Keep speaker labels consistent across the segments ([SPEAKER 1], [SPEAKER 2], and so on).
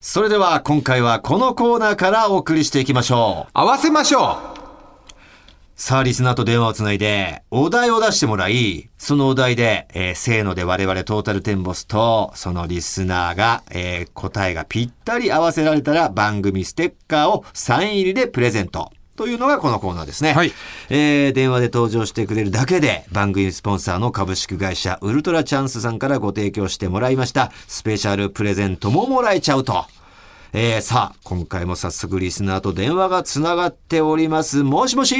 [SPEAKER 1] それでは今回はこのコーナーからお送りしていきましょう。
[SPEAKER 2] 合わせましょ
[SPEAKER 1] さあ、リスナーと電話をつないで、お題を出してもらい、そのお題で、えーせーので我々トータルテンボスと、そのリスナーが、えー答えがぴったり合わせられたら、番組ステッカーをサイン入りでプレゼント。というのがこのコーナーですね。
[SPEAKER 2] はい
[SPEAKER 1] えー電話で登場してくれるだけで、番組スポンサーの株式会社ウルトラチャンスさんからご提供してもらいました、スペシャルプレゼントももらえちゃうと。えーさあ、今回も早速リスナーと電話がつながっております。もしもし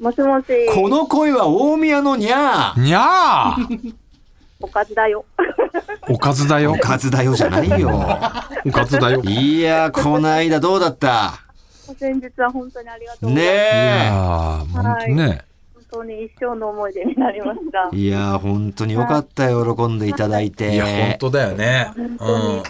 [SPEAKER 3] もしもし、
[SPEAKER 1] この声は大宮のにゃ
[SPEAKER 2] う。
[SPEAKER 1] ー
[SPEAKER 2] にゃー。
[SPEAKER 3] おかずだよ。
[SPEAKER 2] おかずだよ
[SPEAKER 1] お。かずだよじゃないよ。
[SPEAKER 2] おかずだよ。
[SPEAKER 1] いやー、こないだどうだった
[SPEAKER 3] 先日は本当にありがとうございます。
[SPEAKER 1] ね
[SPEAKER 2] ああ、本当ね。
[SPEAKER 3] 本当に一生の思い出になりました
[SPEAKER 1] え。。いやー、本当によかったよ、喜んでいただいて。
[SPEAKER 2] いや、本当だよね。うん。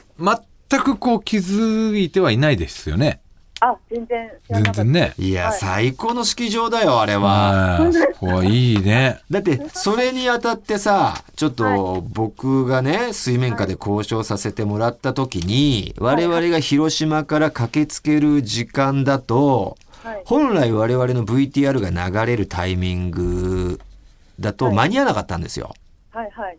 [SPEAKER 2] 全くこう気づいてはいないですよね。
[SPEAKER 3] あ、全然知ら
[SPEAKER 2] 全
[SPEAKER 3] なかった。
[SPEAKER 2] 然ね。
[SPEAKER 1] いや、
[SPEAKER 3] はい
[SPEAKER 1] 最高の式場だよ、あれは。
[SPEAKER 2] ああ、そこはいいね。
[SPEAKER 1] だって、それにあたってさ、ちょっと僕がね、水面下で交渉させてもらった時に、我々が広島から駆けつける時間だと、
[SPEAKER 3] はい。
[SPEAKER 1] 本来我々の VTR が流れるタイミングだと
[SPEAKER 3] はい
[SPEAKER 1] 間に合わなかったんですよ。
[SPEAKER 3] はいはい。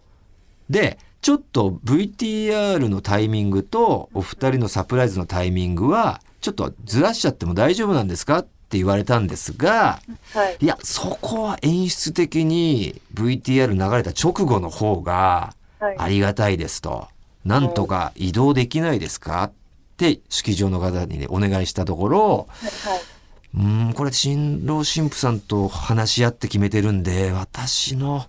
[SPEAKER 1] で、ちょっと VTR のタイミングとお二人のサプライズのタイミングは、ちょっとずらしちゃっても大丈夫なんですかって言われたんですが、
[SPEAKER 3] はい。
[SPEAKER 1] いや、そこは演出的に VTR 流れた直後の方が
[SPEAKER 3] はい。
[SPEAKER 1] ありがたいですと。なんとか移動できないですかって式場の方にね、お願いしたところ、
[SPEAKER 3] はいう
[SPEAKER 1] ーん、これ新郎新婦さんと話し合って決めてるんで、私の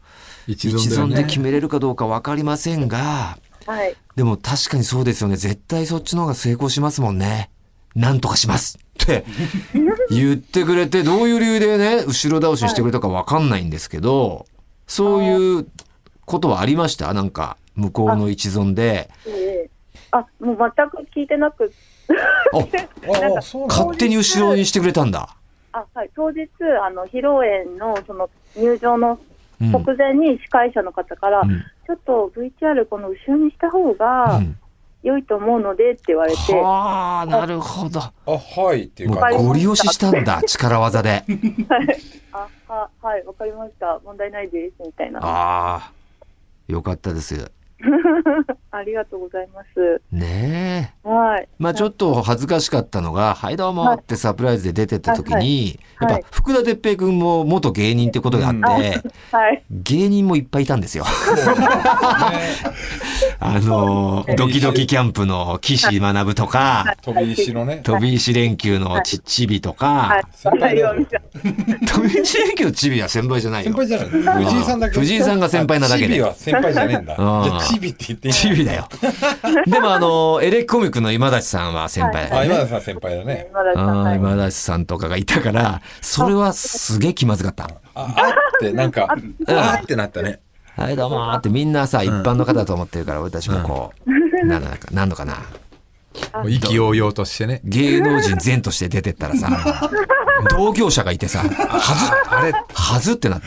[SPEAKER 1] 一
[SPEAKER 2] 一
[SPEAKER 1] 存で決
[SPEAKER 2] め。
[SPEAKER 1] めれるかどうかわかりませんが、
[SPEAKER 3] はい。
[SPEAKER 1] でも確かにそうですよね。絶対そっちの方が成功しますもんね。なんとかしますって言ってくれて、どういう理由でね、後ろ倒ししてくれたかわかんないんですけど、そういうことはありましたなんか、向こうの一存で。
[SPEAKER 3] ええあ、もう全く聞いてなく
[SPEAKER 1] あ、
[SPEAKER 2] ああ、そうなんだ。
[SPEAKER 1] 勝手に後ろにしてくれたんだ。
[SPEAKER 3] あ、はい。当日、あの、披露宴の、その、入場の
[SPEAKER 1] うん。うん
[SPEAKER 3] 直前に司会者の方から、ちょっと VTR この後ろにした方が良いと思うのでって言われて、
[SPEAKER 1] はあ、なるほど。
[SPEAKER 2] あ、はいっていう
[SPEAKER 1] も
[SPEAKER 2] 感
[SPEAKER 3] い
[SPEAKER 2] じ。
[SPEAKER 1] うご利用ししたんだ、力技で。
[SPEAKER 3] あ、は、はい、わかりました。問題ないです、みたいな。
[SPEAKER 1] ああ、よかったです。
[SPEAKER 3] ありがとうございます。
[SPEAKER 1] ねえ。
[SPEAKER 3] はい。
[SPEAKER 1] まあちょっと恥ずかしかったのが、はいどうもってサプライズで出てった時に、
[SPEAKER 3] はい
[SPEAKER 1] やっぱ福田哲平君も元芸人ってことがあって、
[SPEAKER 3] はい。
[SPEAKER 1] 芸人もいっぱいいたんですよ。あのー、ドキドキキャンプの岸学とか、
[SPEAKER 2] 飛び石のね。
[SPEAKER 1] 飛び石連休のちちびと
[SPEAKER 3] はい
[SPEAKER 1] か、。
[SPEAKER 2] 先輩だよ
[SPEAKER 3] はいわかりました
[SPEAKER 1] 飛び石連休のちびは先輩じゃない
[SPEAKER 2] 先
[SPEAKER 1] よ。
[SPEAKER 2] 輩じゃない。藤井さんだけ。
[SPEAKER 1] 藤井さんが先輩なだけで
[SPEAKER 2] あチビは先輩じゃねえんだ。じ
[SPEAKER 1] うん
[SPEAKER 2] ゃあチビって言っていい
[SPEAKER 1] ちびだよ。でもあのー、エレキコミックの今立さんは先輩だよ
[SPEAKER 2] あ、
[SPEAKER 1] ね
[SPEAKER 2] 今田さん先輩だね。
[SPEAKER 3] 今田さん
[SPEAKER 1] あ
[SPEAKER 3] は
[SPEAKER 1] ー
[SPEAKER 3] い
[SPEAKER 1] 今立さんとかがいたから、それはすげえ気まずかった。
[SPEAKER 2] あ、あって、なんか、あってなったね。
[SPEAKER 1] はい、どうもーってみんなさ、一般の方だと思ってるから、俺たちもこう、なんだか、なんのかな。
[SPEAKER 2] もう意気揚々としてね。
[SPEAKER 1] 芸能人全として出てったらさ、同業者がいてさ、は
[SPEAKER 2] あれ、
[SPEAKER 1] ず、はずってなって。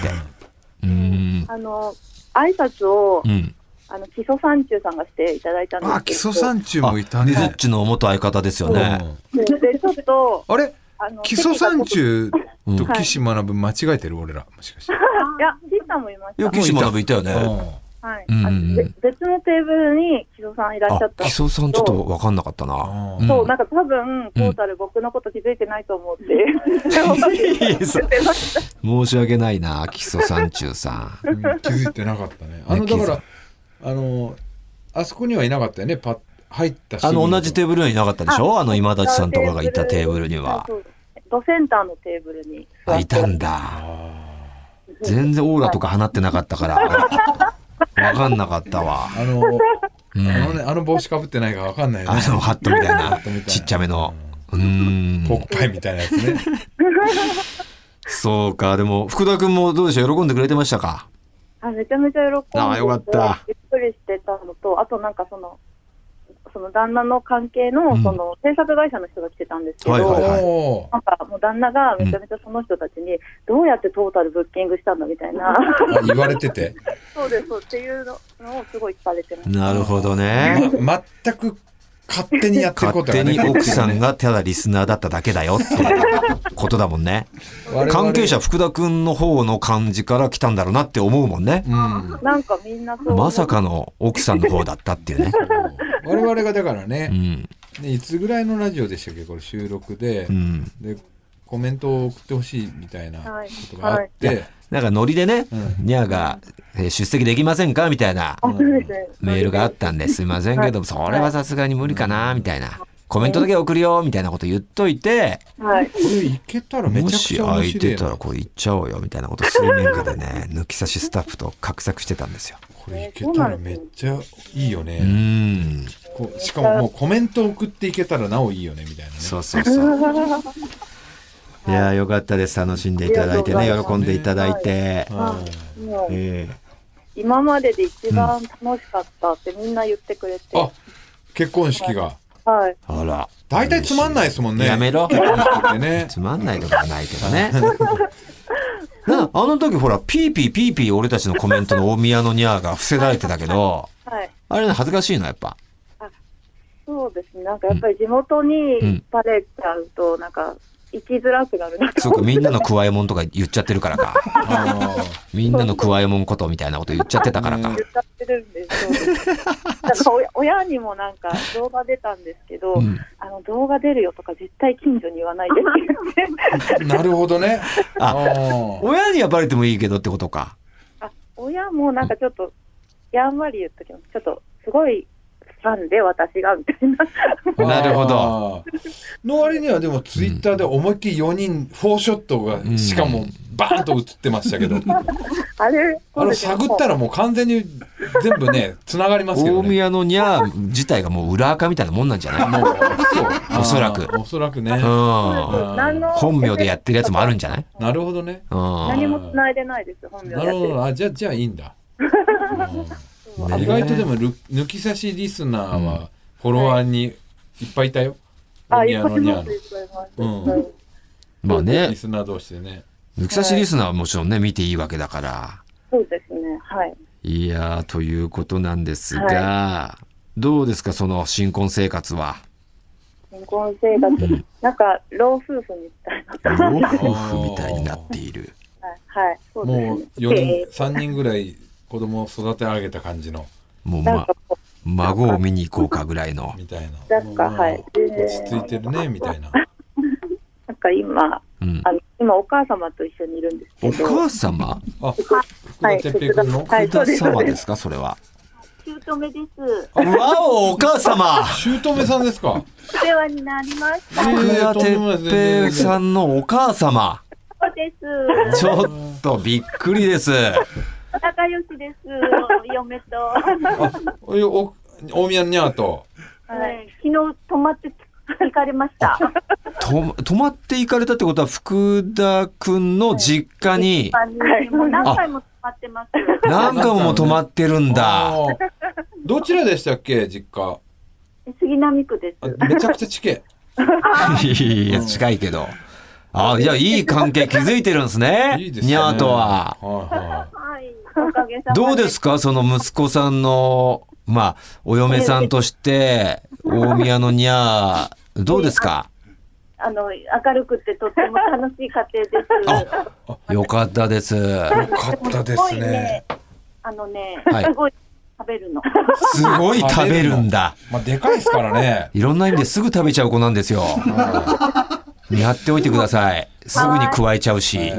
[SPEAKER 1] うーん。
[SPEAKER 3] あの、挨拶を
[SPEAKER 1] う、ん。
[SPEAKER 3] あの、基礎山中さんがしていただいたんですけど。
[SPEAKER 2] あ、基礎山中
[SPEAKER 1] あ、
[SPEAKER 2] もいた
[SPEAKER 1] ねずっ
[SPEAKER 2] ね。
[SPEAKER 1] ちの元相方ですよね。
[SPEAKER 3] で、ちょっと、
[SPEAKER 2] あれ
[SPEAKER 3] あの、
[SPEAKER 2] 基礎山
[SPEAKER 3] い
[SPEAKER 2] 中
[SPEAKER 1] うん
[SPEAKER 2] と岸学間違えてる俺ら。もしかして。
[SPEAKER 3] や、岸さんもいまし
[SPEAKER 1] よ
[SPEAKER 3] た。
[SPEAKER 1] く岸学いたよ
[SPEAKER 2] う
[SPEAKER 1] ね。
[SPEAKER 2] ん
[SPEAKER 3] はい。
[SPEAKER 1] うん
[SPEAKER 3] あのべ別のテーブルに木曽さんいらっ
[SPEAKER 1] あ
[SPEAKER 3] しゃったん、で
[SPEAKER 1] 木
[SPEAKER 3] すけ
[SPEAKER 1] 曽
[SPEAKER 3] ど。
[SPEAKER 1] さんちょっとわかんなかったな。
[SPEAKER 2] うん
[SPEAKER 3] そう、
[SPEAKER 1] ん
[SPEAKER 3] なんか多分、トータル僕のこと気づいてないと思って。言ってました
[SPEAKER 1] 申し訳ないな、木曽さん中さん。
[SPEAKER 2] うん気づいてなかっ たね。あの、
[SPEAKER 1] 気づ
[SPEAKER 2] だ
[SPEAKER 1] い
[SPEAKER 2] から、あの、あそこにはいなかったよね。パッ、入った
[SPEAKER 1] あの、同じテ
[SPEAKER 2] ー
[SPEAKER 1] ーブルにはいなかったでしょあの、今立さんとかがいたテーブルに
[SPEAKER 3] あ
[SPEAKER 1] は。
[SPEAKER 3] そうドセンターのテーブルに座
[SPEAKER 1] あ、
[SPEAKER 3] って。
[SPEAKER 1] いたんだ。全然オーラとか放ってなかったから、わかんなかったわ。
[SPEAKER 2] あの、
[SPEAKER 1] うん、
[SPEAKER 2] あ
[SPEAKER 1] あ
[SPEAKER 2] のね、あの帽子かぶってないかわかんないよね。
[SPEAKER 1] のハットみたいな
[SPEAKER 2] ットみたい、な
[SPEAKER 1] ちっちゃめの。うー
[SPEAKER 2] ポ
[SPEAKER 1] ん。
[SPEAKER 2] ッパイみたいなやつね。
[SPEAKER 1] そうか、でも、福田君もどうでしょう喜んでくれてましたか
[SPEAKER 3] あめちゃめちゃ喜んでて
[SPEAKER 1] あーよかった
[SPEAKER 3] びっくりしてたのと、あとなんかその、その旦那の関係の、
[SPEAKER 1] うん
[SPEAKER 3] その制作会社の人が来てたんですけど、
[SPEAKER 1] はいはいはい
[SPEAKER 2] おー
[SPEAKER 3] なんかもう旦那がめちゃめちゃその人たちに、どうやってトータルブッキングしたんだみた いな、
[SPEAKER 2] あ言われてて、
[SPEAKER 3] そうです、そうっていうのをすごい聞かれてます。
[SPEAKER 1] なるほどね。
[SPEAKER 2] ま、全く勝手にやってるこ
[SPEAKER 1] 勝
[SPEAKER 2] とが
[SPEAKER 1] 手
[SPEAKER 2] ね
[SPEAKER 1] に奥さん
[SPEAKER 2] こ
[SPEAKER 1] がただリスナーだっただけだよっていうことだもんね。
[SPEAKER 2] っちがね
[SPEAKER 1] 関係者福田くんの方の感じから来たんだろうなって思うもんね。
[SPEAKER 4] うん。
[SPEAKER 3] なんかみんなそう。
[SPEAKER 1] まさ。かの奥さんの方だったっていうね。
[SPEAKER 2] 我々がだから
[SPEAKER 1] う
[SPEAKER 2] ね,、
[SPEAKER 1] ん。
[SPEAKER 2] ねいつぐらいのラジオでしたっけこれ収録で、
[SPEAKER 1] うん。
[SPEAKER 2] でコメントを送ってほしいみたいな
[SPEAKER 3] はい
[SPEAKER 2] ことがあって、
[SPEAKER 1] はいなんかノリでね、
[SPEAKER 2] う
[SPEAKER 1] ニャーがえー出席できませんかみたいな
[SPEAKER 3] あ、そうですね。
[SPEAKER 1] メールがあったんですいませんけども、それはさすがに無理かなみたいな。コメントだけ送るよみたいなこと言っといて、
[SPEAKER 3] はい。
[SPEAKER 2] これいけたらめちゃ
[SPEAKER 1] も
[SPEAKER 2] く
[SPEAKER 1] し
[SPEAKER 2] ちゃ面
[SPEAKER 1] 空い
[SPEAKER 2] 白い
[SPEAKER 1] て
[SPEAKER 2] よ
[SPEAKER 1] たらこれ行っちゃおうよみたいなこと水面下で ね、抜き差しスタッフと画策してたんですよ。
[SPEAKER 2] これいけたらめっちゃいいよ
[SPEAKER 1] う
[SPEAKER 2] ね、
[SPEAKER 1] ん。
[SPEAKER 2] こうしかももうコメント送っていけたらなおいいよねみたいなね
[SPEAKER 1] そうそうそう。いやーよかったです。楽しんでいただいて
[SPEAKER 3] あり
[SPEAKER 1] ね
[SPEAKER 3] が、とうご
[SPEAKER 1] 喜
[SPEAKER 3] ざいます
[SPEAKER 1] んでいただいて。
[SPEAKER 2] あ
[SPEAKER 3] もう
[SPEAKER 1] え
[SPEAKER 3] 今までで一番楽しかったってみんな言ってくれて。
[SPEAKER 2] あ結婚式が
[SPEAKER 3] はい。
[SPEAKER 1] ーあら。
[SPEAKER 2] 大体つまんないですもんね
[SPEAKER 1] やめ ろ。
[SPEAKER 2] 結婚式ってね
[SPEAKER 1] つまんないとかはないけどね。なあの時ほら、ピーピーピーピー俺たちのコメントの大宮のニャーが伏せられてたけど、
[SPEAKER 3] はい。
[SPEAKER 1] あれね恥ずかしいの、やっぱ。
[SPEAKER 3] そうですね。なんかやっぱり地元に引っ張れちゃうと、なんか、行きづらくなるな
[SPEAKER 1] そうか、みんなのくわえもんとか言っちゃってるからか。
[SPEAKER 2] あー
[SPEAKER 1] みんなのくわえもんことみたいなこと言っちゃってたからか。
[SPEAKER 3] 言っちゃってるんですよ。 なんか親親にもなんか動画出たんですけど、
[SPEAKER 1] うん
[SPEAKER 3] あの動画出るよとか絶対近所に言わないでって言って。
[SPEAKER 2] なるほどね。
[SPEAKER 1] あ
[SPEAKER 2] あー
[SPEAKER 1] 親にはバレてもいいけどってことか。
[SPEAKER 3] あ親もなんかちょっと、やんわり言っときます。ちょっと、すごいファンで私が、みたいな。
[SPEAKER 1] なるほど。
[SPEAKER 2] あーの割にはでもツイッターで思いっきり4人、フォーショットが
[SPEAKER 1] ん
[SPEAKER 2] しかもバーンと映ってました けど、
[SPEAKER 3] あれ、
[SPEAKER 2] あれ探った
[SPEAKER 3] ら。
[SPEAKER 2] らもう完全に全部ね、繋がりますけど
[SPEAKER 1] 大
[SPEAKER 2] ね。
[SPEAKER 1] 宮のニャー自体がもう裏垢みたいなもんなんじゃない
[SPEAKER 2] もう、 そう。
[SPEAKER 1] おそらく
[SPEAKER 2] あーおそらくね。
[SPEAKER 1] うん。
[SPEAKER 2] あー
[SPEAKER 3] 何の
[SPEAKER 1] 本名でやってるやつもあるんじゃない
[SPEAKER 2] なるほどね。
[SPEAKER 1] うん。
[SPEAKER 3] 何も繋いでないです、本名でや
[SPEAKER 2] な
[SPEAKER 3] って
[SPEAKER 2] る
[SPEAKER 3] る
[SPEAKER 2] ほど。あ、じゃあ、じゃあいいんだ。うん
[SPEAKER 1] ね
[SPEAKER 2] 意外とでもル、抜き差しリスナーは、フォロワーにいっぱいいたよ。
[SPEAKER 3] あ、
[SPEAKER 2] 大
[SPEAKER 3] い
[SPEAKER 2] 宮
[SPEAKER 3] っぱい
[SPEAKER 2] の
[SPEAKER 3] い
[SPEAKER 2] ニャー
[SPEAKER 3] ます、
[SPEAKER 2] の
[SPEAKER 3] いっぱいいます。
[SPEAKER 2] うん
[SPEAKER 3] はい
[SPEAKER 1] まあ
[SPEAKER 2] リ
[SPEAKER 1] ね、
[SPEAKER 2] スナー同士でね。
[SPEAKER 1] 抜き差しリスナーはもちろんね、見ていいわけだから。
[SPEAKER 3] そうですね、はい。
[SPEAKER 1] いやー、ということなんですが、どうですか、その新婚生活は。
[SPEAKER 3] 新婚生活、なんか、老夫婦みたいな。
[SPEAKER 1] 老夫婦みたいになっている。
[SPEAKER 3] はい、はい、そうですね。
[SPEAKER 2] もう4
[SPEAKER 3] え
[SPEAKER 2] 人、3人ぐらい子供を育て上げた感じの、
[SPEAKER 1] もう、
[SPEAKER 3] ー なん
[SPEAKER 1] ま
[SPEAKER 3] か、こ
[SPEAKER 1] 孫を見に行こうかぐらいの。
[SPEAKER 2] みたいな。
[SPEAKER 3] なんかはい
[SPEAKER 2] うん落ち着いてるね、みたい な。
[SPEAKER 3] うなんか今、
[SPEAKER 1] うん。
[SPEAKER 3] あの今お母様と一緒にいるんですけ
[SPEAKER 1] お
[SPEAKER 3] ど、
[SPEAKER 1] 母様
[SPEAKER 2] あ、福田哲平君の、
[SPEAKER 3] はい
[SPEAKER 1] お母様
[SPEAKER 3] そうです
[SPEAKER 1] ですか、それは。
[SPEAKER 3] 姑です。
[SPEAKER 1] わお、お母様
[SPEAKER 2] 姑さんですか。
[SPEAKER 3] お世話になりました。
[SPEAKER 1] 福田哲平さ
[SPEAKER 2] ん。
[SPEAKER 1] んのお母様。
[SPEAKER 3] そうです。
[SPEAKER 1] ちょっとびっくりです。
[SPEAKER 3] 仲良しです。嫁と。
[SPEAKER 2] あ、おお大宮にゃーと。
[SPEAKER 3] はい、昨日泊まって行かれました。
[SPEAKER 1] と泊まって行かれたってことは福田くんの実家に
[SPEAKER 3] はい、もう何回も泊まってます。
[SPEAKER 1] 何回も泊まってるん
[SPEAKER 2] あ
[SPEAKER 1] だ。
[SPEAKER 2] ーどちらでしたっけ、実家。
[SPEAKER 3] 杉並区です。
[SPEAKER 2] あめちゃくちゃ地形。
[SPEAKER 1] いや近いけど。あじゃあいい関係築いてるんですね。
[SPEAKER 2] いいですね。
[SPEAKER 1] ニャーとは。
[SPEAKER 2] は
[SPEAKER 3] はい、おかげさま
[SPEAKER 1] どうですかその息子さんのまあお嫁さんとして大宮のニャーどうですか。
[SPEAKER 3] あの、明るくてとっても楽しい家庭です。
[SPEAKER 1] よかったです。
[SPEAKER 2] いはい。よかったです
[SPEAKER 3] すごい
[SPEAKER 2] ね
[SPEAKER 3] ね。あのね、
[SPEAKER 1] はい
[SPEAKER 3] すごい食べるの。
[SPEAKER 1] すごい食べるんだ。
[SPEAKER 2] まあ、でかいですからね。
[SPEAKER 1] いろんな意味ですぐ食べちゃう子なんですよ。見張っておいてください。すぐに加えちゃうし。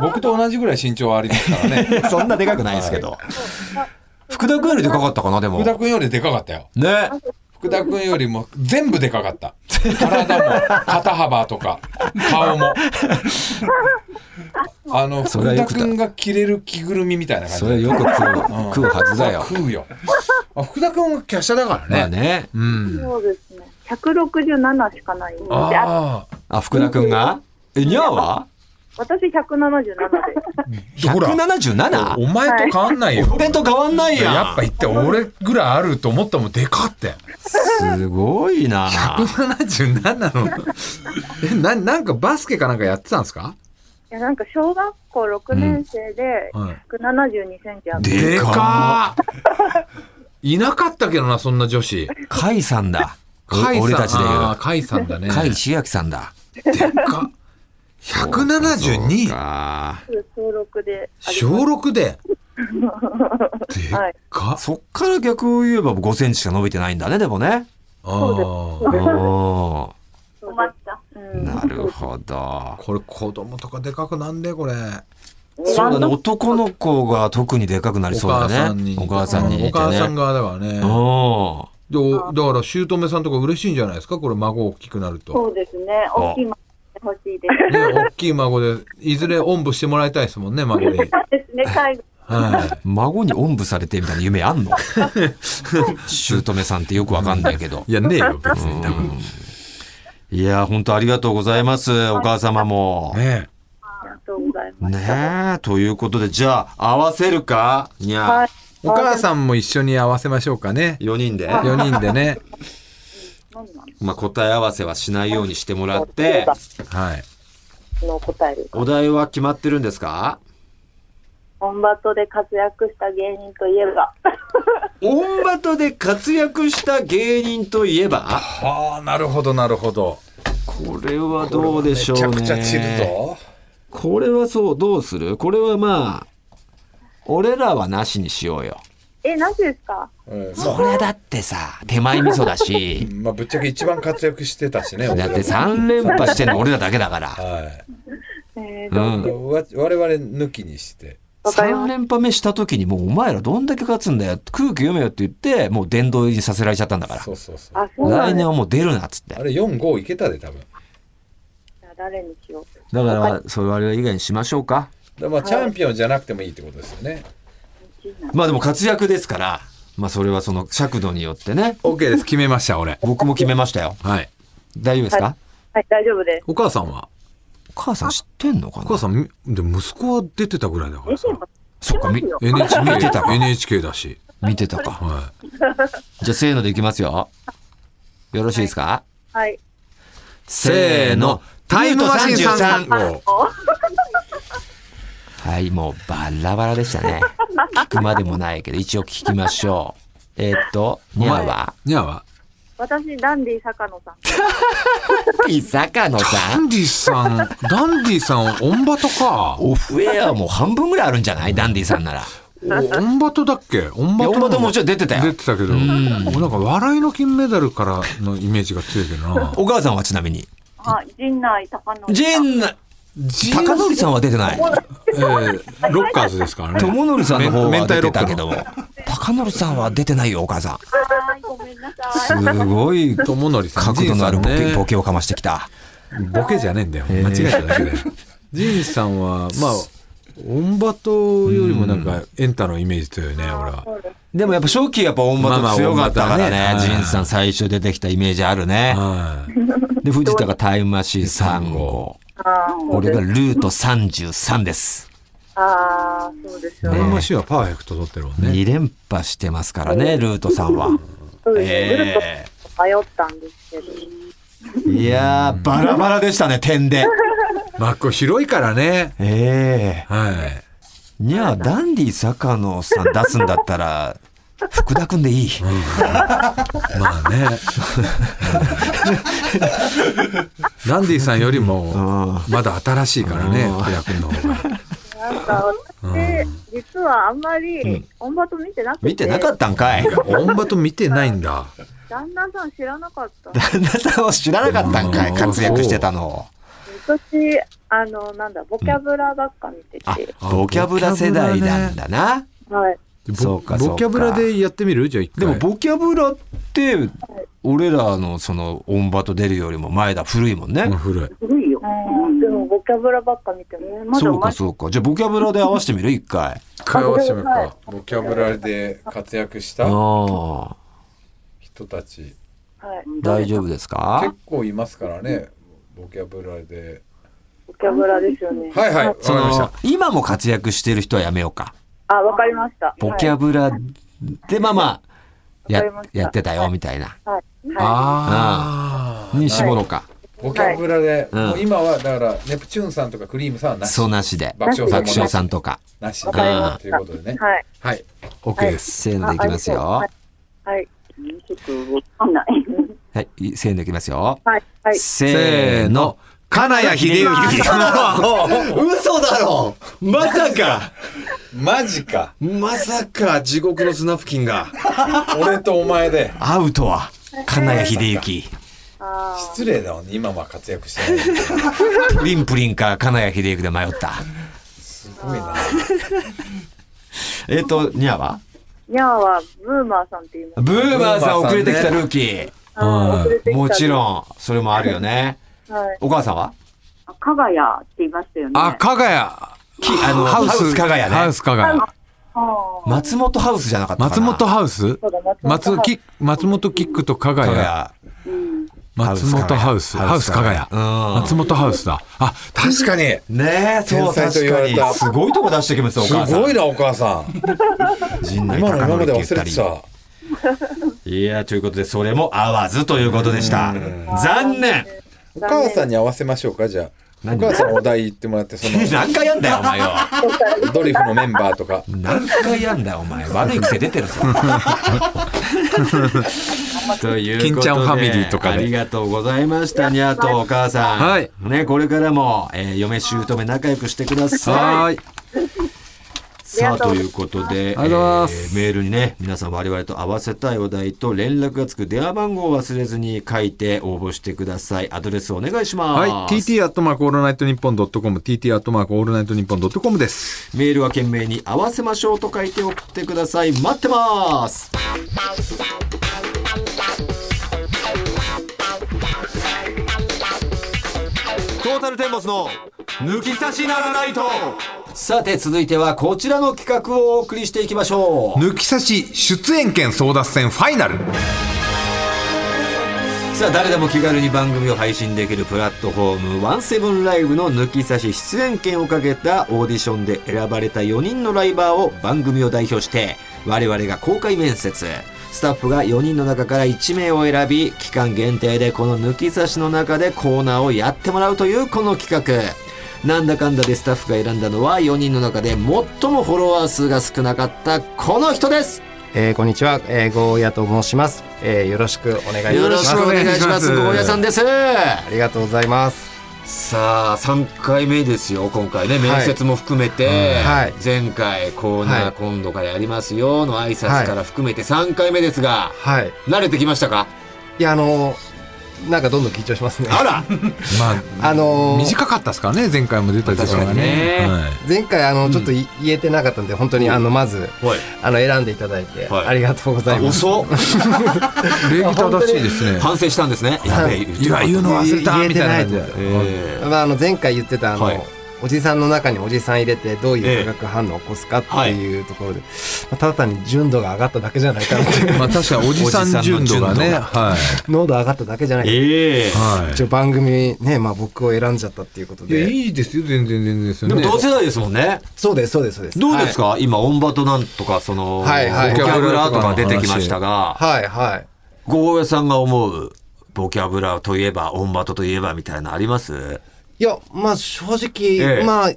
[SPEAKER 2] 僕と同じぐらい身長はありますからね。
[SPEAKER 1] そんなでかくない ですけど。福田君よりでかかったかな、でも。
[SPEAKER 2] 福田君よりでかかったよ。
[SPEAKER 1] ね。
[SPEAKER 2] 福田君よりも全部でかかった。体も、肩幅とか、顔も。あの、
[SPEAKER 1] それは
[SPEAKER 2] 福
[SPEAKER 1] よく
[SPEAKER 2] 田
[SPEAKER 1] た
[SPEAKER 2] 君が着れる着ぐるみみたいな感じ。
[SPEAKER 1] それよく食う、食うはずだよ。
[SPEAKER 2] 食うよ。あ福田君は華奢だからね。
[SPEAKER 1] まあね。
[SPEAKER 2] うん。
[SPEAKER 3] そうですね。167しかないんで、あ
[SPEAKER 2] ああ。
[SPEAKER 1] あ、福田君がえ、にゃーは
[SPEAKER 3] 私177で。
[SPEAKER 2] ほら
[SPEAKER 1] ?177?
[SPEAKER 2] お前と変わんないよ。
[SPEAKER 1] 俺と変わんないやん。
[SPEAKER 2] やっぱ言って俺ぐらいあると思ったもんでかって。
[SPEAKER 1] すごいな。
[SPEAKER 2] 177の。え、な、なんかバスケかなんかやってたんですか
[SPEAKER 3] いや、なんか小学校6年生で
[SPEAKER 2] うんはい
[SPEAKER 3] 172センチあって、
[SPEAKER 1] でか
[SPEAKER 2] いなかったけどな、そんな女子。
[SPEAKER 1] 甲斐さんだ。
[SPEAKER 2] カイさん。
[SPEAKER 1] 俺たちで言
[SPEAKER 2] あー
[SPEAKER 1] う。
[SPEAKER 2] カイさんだね。
[SPEAKER 1] 甲斐千秋さんだ。
[SPEAKER 2] でか。
[SPEAKER 1] そう
[SPEAKER 2] 172?
[SPEAKER 1] か
[SPEAKER 3] 小6であり
[SPEAKER 2] 小
[SPEAKER 3] ます。
[SPEAKER 2] 6で。で
[SPEAKER 3] はい
[SPEAKER 2] っか。
[SPEAKER 1] そっから逆を言えば5センチしか伸びてないんだね、でもね。
[SPEAKER 2] あー
[SPEAKER 1] お
[SPEAKER 3] 困った。うん、
[SPEAKER 1] なるほど。
[SPEAKER 2] これ子供とかでかくなんでこれ。
[SPEAKER 1] そうだね、男の子が特にでかくなり
[SPEAKER 2] お
[SPEAKER 1] そうだ
[SPEAKER 2] 母さん
[SPEAKER 1] ね
[SPEAKER 2] に。。
[SPEAKER 1] お母さんに似てね。
[SPEAKER 2] お母さん側だからね。
[SPEAKER 1] おー
[SPEAKER 2] でおだから、姑さんとか嬉しいんじゃないですかこれ孫大きくなると。
[SPEAKER 3] そうですね。大きいもの欲しいです。
[SPEAKER 2] ね、大きい孫で、いずれおんぶしてもらいたいですもんね、孫に。
[SPEAKER 3] そうですね。介護
[SPEAKER 2] はい。
[SPEAKER 1] 孫におんぶされてみたいな夢あん の姑さんってよくわかんないけど。
[SPEAKER 2] いや、ねえよ、別に。多分
[SPEAKER 1] うんいや、本当ありがとうございます。お母様も。
[SPEAKER 2] ね
[SPEAKER 3] ありがとうございます。
[SPEAKER 1] ねえ、ということで、じゃあ、合わせるかに
[SPEAKER 3] は
[SPEAKER 1] ゃ
[SPEAKER 3] い。
[SPEAKER 2] お母さんも一緒に合わせましょうかね。
[SPEAKER 1] 4人で、
[SPEAKER 2] 4人でね。
[SPEAKER 3] 何なの
[SPEAKER 1] まあ、答え合わせはしないようにしてもらって、
[SPEAKER 2] はい。
[SPEAKER 3] の答えです。
[SPEAKER 1] お題は決まってるんですか
[SPEAKER 3] コンバトで活躍した芸人といえば、
[SPEAKER 1] オンバトで活躍した芸人といえば
[SPEAKER 2] はあ、なるほど、なるほど。
[SPEAKER 1] これはどうでしょうね。
[SPEAKER 5] めちゃくちゃ散るぞ。
[SPEAKER 1] これはそう、どうするこれはまあ、俺らはなしにしようよ。
[SPEAKER 3] え、なぜですか
[SPEAKER 5] うん、
[SPEAKER 1] それだってさ、手前味噌だし
[SPEAKER 5] まあ、ぶっちゃけ一番活躍してたしね。
[SPEAKER 1] だって3連覇してんの俺らだけだから。
[SPEAKER 5] は
[SPEAKER 3] えー
[SPEAKER 1] う
[SPEAKER 3] と、
[SPEAKER 5] い。
[SPEAKER 1] ん。
[SPEAKER 5] わ我々抜きにして。
[SPEAKER 3] わかりま
[SPEAKER 1] 3連覇目した時にもうお前らどんだけ勝つんだよ、空気読めよって言って、もう殿堂入りさせられちゃったんだから
[SPEAKER 5] そ。うそうそう。
[SPEAKER 3] あ、そうな
[SPEAKER 1] 来
[SPEAKER 3] ん
[SPEAKER 1] 年
[SPEAKER 3] です
[SPEAKER 1] はもう出るなっつって。
[SPEAKER 5] あれ4、5いけたで、多分。
[SPEAKER 3] 誰にしよう。
[SPEAKER 1] だからまあ、それ我々以外にしましょうか。
[SPEAKER 5] でまあ、チャンピオンじゃなくてもいいってことですよね。
[SPEAKER 1] まあでも活躍ですから、まあそれはその尺度によってね。
[SPEAKER 2] OK です。決めました、俺。
[SPEAKER 1] 僕も決めましたよ。
[SPEAKER 2] はい。
[SPEAKER 1] 大丈夫ですか、
[SPEAKER 3] ははい、大丈夫です。
[SPEAKER 2] お母さんは
[SPEAKER 1] お母さん知ってんのか
[SPEAKER 2] お
[SPEAKER 1] な
[SPEAKER 2] 母さん、みで息子は出てたぐらいだからさ。
[SPEAKER 1] そっか、み、
[SPEAKER 2] NHK
[SPEAKER 1] 見てたか
[SPEAKER 2] NHK だし。
[SPEAKER 1] 見てたか。
[SPEAKER 2] は
[SPEAKER 1] じゃあせーのでいきますよ。よろしいですか、
[SPEAKER 3] はい。
[SPEAKER 1] せーの。
[SPEAKER 2] い。
[SPEAKER 1] タイムマシーンさん。
[SPEAKER 2] ん。
[SPEAKER 1] はい、もうバラバラでしたね。聞くまでもないけど、一応聞きましょう。えーっと、
[SPEAKER 2] お
[SPEAKER 1] ニャーは
[SPEAKER 2] にゃは
[SPEAKER 3] 私、ダンディ坂野さん。
[SPEAKER 1] ピサカノ
[SPEAKER 2] ダ
[SPEAKER 1] さん。
[SPEAKER 2] ンディさん、ダンディさん、オンバトか。
[SPEAKER 1] オフエアもう半分ぐらいあるんじゃないダンディさんなら。
[SPEAKER 2] オンバトだっけオン
[SPEAKER 1] い
[SPEAKER 2] バ
[SPEAKER 1] や、
[SPEAKER 2] ト
[SPEAKER 1] 俺
[SPEAKER 2] なの
[SPEAKER 1] ももちろん出てた
[SPEAKER 2] 出
[SPEAKER 1] よ。
[SPEAKER 2] てたけど、俺なんか笑いの金メダルからのイメージが強いけどな。
[SPEAKER 1] お母さんはちなみに。
[SPEAKER 3] あ、陣内高野さん。
[SPEAKER 1] 陣内、高則さんは出てない。
[SPEAKER 2] えーロッカーズですからね。
[SPEAKER 1] 友則さんの方
[SPEAKER 2] めん
[SPEAKER 1] は出
[SPEAKER 2] 明
[SPEAKER 1] て
[SPEAKER 2] 太ロッカー
[SPEAKER 1] たけども。高則さんは出てないよ、お母さ
[SPEAKER 3] はい、ごめんなさい。
[SPEAKER 1] ん。すごい
[SPEAKER 2] 友則さん。
[SPEAKER 1] 角度のあるボ
[SPEAKER 2] ジンさん
[SPEAKER 1] ケ
[SPEAKER 2] ね
[SPEAKER 1] ボケをかましてきた。
[SPEAKER 2] ボケじゃねえんだよ。間違えただけだよ。ジンさんは、まあ、オンバトよりもなんかエンタのイメージというね、俺は。
[SPEAKER 1] でもやっぱ初期やっぱ音
[SPEAKER 2] まあま
[SPEAKER 1] バ
[SPEAKER 2] あ
[SPEAKER 1] ト強かったから
[SPEAKER 2] 音バトは
[SPEAKER 1] ね。
[SPEAKER 2] ね
[SPEAKER 1] ジンさん最初出てきたイメージあるね。
[SPEAKER 2] はい
[SPEAKER 1] で、藤田がタイムマシーン3号。
[SPEAKER 3] あーそう
[SPEAKER 1] 俺
[SPEAKER 3] で
[SPEAKER 1] が
[SPEAKER 3] す
[SPEAKER 1] ルート33です。
[SPEAKER 3] あー、そうですよ
[SPEAKER 2] タイ
[SPEAKER 3] ね。
[SPEAKER 2] ムマシーンはパーフェクト取ってるもんね。
[SPEAKER 1] 2連覇してますからね、ルートさんは。
[SPEAKER 3] そうですね。ぐるっ
[SPEAKER 1] え
[SPEAKER 3] と迷ったんですけど。
[SPEAKER 1] えいやー、バラバラでしたね、点 で。
[SPEAKER 2] マック広いからね。
[SPEAKER 1] ええ
[SPEAKER 2] はい。
[SPEAKER 1] にゃあ、ダンディ坂野さん出すんだったら、 福田くんでいい。
[SPEAKER 2] まあね。ランディさんよりも、まだ新しいからね、福田君の方が。
[SPEAKER 3] なんか、私、実はあんまり、オンバト見てなくて。
[SPEAKER 1] 見てなかったんかい。
[SPEAKER 2] オンバト見てないんだ。
[SPEAKER 3] 旦那さん知らなかった。
[SPEAKER 1] 旦那さんを知らなかったんかい、活躍してたのを。
[SPEAKER 3] 昔、あの、なんだ、ボキャブラばっか見て
[SPEAKER 1] あ
[SPEAKER 3] て。、
[SPEAKER 1] ボキャブラ世代なんだな。
[SPEAKER 3] はい。
[SPEAKER 2] ぼ
[SPEAKER 1] そうかそうか
[SPEAKER 2] ボキャブラでやってみるじゃあ一
[SPEAKER 1] で
[SPEAKER 2] 回。
[SPEAKER 1] もボキャブラって俺らのそのオンバト出るよりも前だ古いもんね、
[SPEAKER 2] うん古い。
[SPEAKER 3] 古いよ。でも、ボキャブラばっか見てね。まだ
[SPEAKER 1] そう
[SPEAKER 3] お
[SPEAKER 1] か
[SPEAKER 3] 前、
[SPEAKER 1] そうかじゃあボキャブラで合わせてみる一回
[SPEAKER 2] 会話してみようか。
[SPEAKER 5] ボキャブラで活躍した
[SPEAKER 1] ああ
[SPEAKER 5] 人たち、
[SPEAKER 3] はい。
[SPEAKER 1] 大丈夫で
[SPEAKER 5] 結
[SPEAKER 1] すか
[SPEAKER 5] 構いますからね、ボキャブラで。
[SPEAKER 3] ボキャブラですよね。
[SPEAKER 5] はいはい、わかり
[SPEAKER 1] そ
[SPEAKER 5] まし
[SPEAKER 1] の
[SPEAKER 5] た。
[SPEAKER 1] 今も活躍してる人はやめようか
[SPEAKER 3] あ、わかりました。
[SPEAKER 1] ボキャブラでまあまあや
[SPEAKER 3] わかりました
[SPEAKER 1] やってたよみたいな
[SPEAKER 3] はい。はい。は
[SPEAKER 2] あ
[SPEAKER 1] に絞ろうか、
[SPEAKER 5] ボキャブラで、
[SPEAKER 1] うん
[SPEAKER 5] もう今はだから、ネプチューンさんとかクリームさんはなし。
[SPEAKER 1] そうなしで
[SPEAKER 5] 爆笑さんもな
[SPEAKER 1] 爆
[SPEAKER 5] し
[SPEAKER 1] 笑さんとか
[SPEAKER 5] なし。
[SPEAKER 1] かりました
[SPEAKER 5] ということでね
[SPEAKER 3] い。はい。
[SPEAKER 5] はい。
[SPEAKER 2] あ。OK です。
[SPEAKER 1] せーのでいきますよ、
[SPEAKER 3] あありはい。うんちょっとわかんない。
[SPEAKER 1] はい、いせーのいきますよ。
[SPEAKER 3] はい。はい。
[SPEAKER 1] せーの。金谷秀幸。嘘だろまさか
[SPEAKER 5] マジか。
[SPEAKER 1] まさか地獄のスナフキンが。
[SPEAKER 5] 俺とお前で。
[SPEAKER 1] アウトは、金谷秀幸。
[SPEAKER 3] あ
[SPEAKER 5] 失礼だわね。今は活躍してない。
[SPEAKER 1] プリンプリンか金谷秀幸で迷った。
[SPEAKER 5] すごいな。
[SPEAKER 1] えっと、ニャは
[SPEAKER 3] ーニャーはブーマーさんって言います。
[SPEAKER 1] ブーバーさん遅れてきたルーキー。
[SPEAKER 3] あー遅れてきた
[SPEAKER 1] もちろん、それもあるよね。
[SPEAKER 3] ん。はい。
[SPEAKER 1] お母さんは
[SPEAKER 3] あ加賀谷って言いましたよね。
[SPEAKER 2] あ、加賀屋。
[SPEAKER 1] あのハウス加賀屋ね
[SPEAKER 2] ハウス加賀屋。
[SPEAKER 3] あー
[SPEAKER 1] 松本ハウスじゃなかったか
[SPEAKER 2] 松
[SPEAKER 1] な
[SPEAKER 2] 本ハウス
[SPEAKER 3] そうだ松
[SPEAKER 2] 松
[SPEAKER 3] 本
[SPEAKER 2] キ松本キックと加賀
[SPEAKER 1] 加賀
[SPEAKER 2] 屋。
[SPEAKER 1] 屋
[SPEAKER 3] うん。
[SPEAKER 2] 松本ハウス。ハウス加賀屋。
[SPEAKER 1] うん
[SPEAKER 2] 松本ハウスだ。あ、
[SPEAKER 5] 確かに。
[SPEAKER 1] ねえ、そう、
[SPEAKER 5] 天才と
[SPEAKER 1] 確
[SPEAKER 5] 言わ
[SPEAKER 1] か
[SPEAKER 5] れ
[SPEAKER 1] に。
[SPEAKER 5] た
[SPEAKER 1] すごいとこ出してきますよ、お
[SPEAKER 5] す
[SPEAKER 1] 母さん。
[SPEAKER 5] ごいな、お母さん。
[SPEAKER 1] 陣内
[SPEAKER 5] 今の
[SPEAKER 1] 孝
[SPEAKER 5] 今
[SPEAKER 1] 則
[SPEAKER 5] ま
[SPEAKER 1] っ
[SPEAKER 5] で
[SPEAKER 1] て
[SPEAKER 5] 忘
[SPEAKER 1] 言
[SPEAKER 5] れ
[SPEAKER 1] った
[SPEAKER 5] て
[SPEAKER 1] り
[SPEAKER 5] た。
[SPEAKER 1] いや、ということで、それも合わずということでした。残念
[SPEAKER 5] お母さんに合わせましょうか、じゃあ。お
[SPEAKER 1] 何
[SPEAKER 5] 母さんお題言ってもらって、その、
[SPEAKER 1] 何回やんだよ、お前よ。
[SPEAKER 5] ドリフのメンバーとか。
[SPEAKER 1] 何回やんだよ、お前。悪い癖出てるぞ。 ということで。
[SPEAKER 2] 金ちゃんファミリーとかで
[SPEAKER 1] ありがとうございました、にゃーとお母さん。
[SPEAKER 2] はい
[SPEAKER 1] ね、これからも、えー嫁姑仲良くしてください。
[SPEAKER 2] はーい。
[SPEAKER 1] さ
[SPEAKER 3] あ
[SPEAKER 1] あ、
[SPEAKER 3] りがと
[SPEAKER 1] と
[SPEAKER 3] うございます
[SPEAKER 1] いうことで、
[SPEAKER 2] ありがとうございます
[SPEAKER 1] えーメールにね、皆さん我々と合わせたいお題と連絡がつく電話番号を忘れずに書いて応募してください。アドレスお願いします。
[SPEAKER 2] はい。tt アットマークオールナイトニッポンドットコム。tt アットマークオールナイトニッポンドットコムです。
[SPEAKER 1] メールは懸命に合わせましょうと書いて送ってください。待ってます。トータルテンボスの抜き差しならないと。さて続いてはこちらの企画をお送りしていきましょう。
[SPEAKER 2] 抜き差し出演権争奪戦ファイナル。
[SPEAKER 1] さあ誰でも気軽に番組を配信できるプラットフォームワンセブンライブの抜き差し出演権をかけたオーディションで選ばれた4人のライバーを番組を代表して我々が公開面接スタッフが4人の中から1名を選び期間限定でこの抜き差しの中でコーナーをやってもらうというこの企画なんだかんだでスタッフが選んだのは4人の中で最もフォロワー数が少なかったこの人です
[SPEAKER 6] えー、こんにちは、えー、ゴーヤと申します、えー、よろしくお願いいたします
[SPEAKER 1] よろしくお願いします
[SPEAKER 2] お願いします
[SPEAKER 1] ゴーヤさんです
[SPEAKER 6] ありがとうございます
[SPEAKER 1] さあ3回目ですよ今回ね
[SPEAKER 6] い
[SPEAKER 1] 面接も含めて、
[SPEAKER 6] はい
[SPEAKER 1] 前回コーナ
[SPEAKER 6] は
[SPEAKER 1] ー
[SPEAKER 6] い
[SPEAKER 1] 今度からやりますよの挨
[SPEAKER 6] は
[SPEAKER 1] 拶
[SPEAKER 6] い
[SPEAKER 1] から含めて3回目ですが、
[SPEAKER 6] はい
[SPEAKER 1] 慣れてきましたか
[SPEAKER 6] いやあのーなんかどんどん緊張しますね
[SPEAKER 1] あら
[SPEAKER 2] まあ、
[SPEAKER 6] あのー
[SPEAKER 2] 短かったですからね。前回も出た時間
[SPEAKER 1] 確か
[SPEAKER 2] がね。
[SPEAKER 1] にね
[SPEAKER 2] はい
[SPEAKER 6] 前回あのちょっとい、言えてなかったんで本当にあのまず
[SPEAKER 1] はい
[SPEAKER 6] あの選んでいただいて、
[SPEAKER 1] はい
[SPEAKER 6] ありがとうございます
[SPEAKER 1] 遅っ
[SPEAKER 2] 礼儀正しいですね。
[SPEAKER 1] 反省したんですねやべえ言っ
[SPEAKER 2] い
[SPEAKER 1] てなかっ
[SPEAKER 2] や、
[SPEAKER 1] た
[SPEAKER 2] 言うの忘れたみたいな感じで
[SPEAKER 6] 言えて。
[SPEAKER 1] え
[SPEAKER 6] まあ、あの前回言ってたあの、
[SPEAKER 1] はい
[SPEAKER 6] おじさんの中におじさん入れてどう
[SPEAKER 1] え
[SPEAKER 6] い
[SPEAKER 1] え
[SPEAKER 6] う化学反応を起こすかっていうところで、まあただ単に純度が上がっただけじゃないかなっていう
[SPEAKER 2] まあ確かにおじさん純 度がね。は
[SPEAKER 6] 濃度上がっただけじゃないかな
[SPEAKER 1] ええ
[SPEAKER 2] い。は
[SPEAKER 6] 一応番組ね、まあ、僕を選んじゃったっていうこと
[SPEAKER 2] い。いや、
[SPEAKER 6] で
[SPEAKER 2] いいですよ。全然全然ですよ
[SPEAKER 1] で
[SPEAKER 2] ね。
[SPEAKER 1] も同世代ですもんね
[SPEAKER 6] そうですそうですそうです
[SPEAKER 1] どうですか、今オンバトなんとかその、
[SPEAKER 6] はいはい
[SPEAKER 1] ボキャブラとか出てきましたが
[SPEAKER 6] はいはい
[SPEAKER 1] ゴーヤさんが思うボキャブラといえばオンバトといえばみたいなのあります
[SPEAKER 6] いやまあ正直、
[SPEAKER 1] ええ
[SPEAKER 6] まあ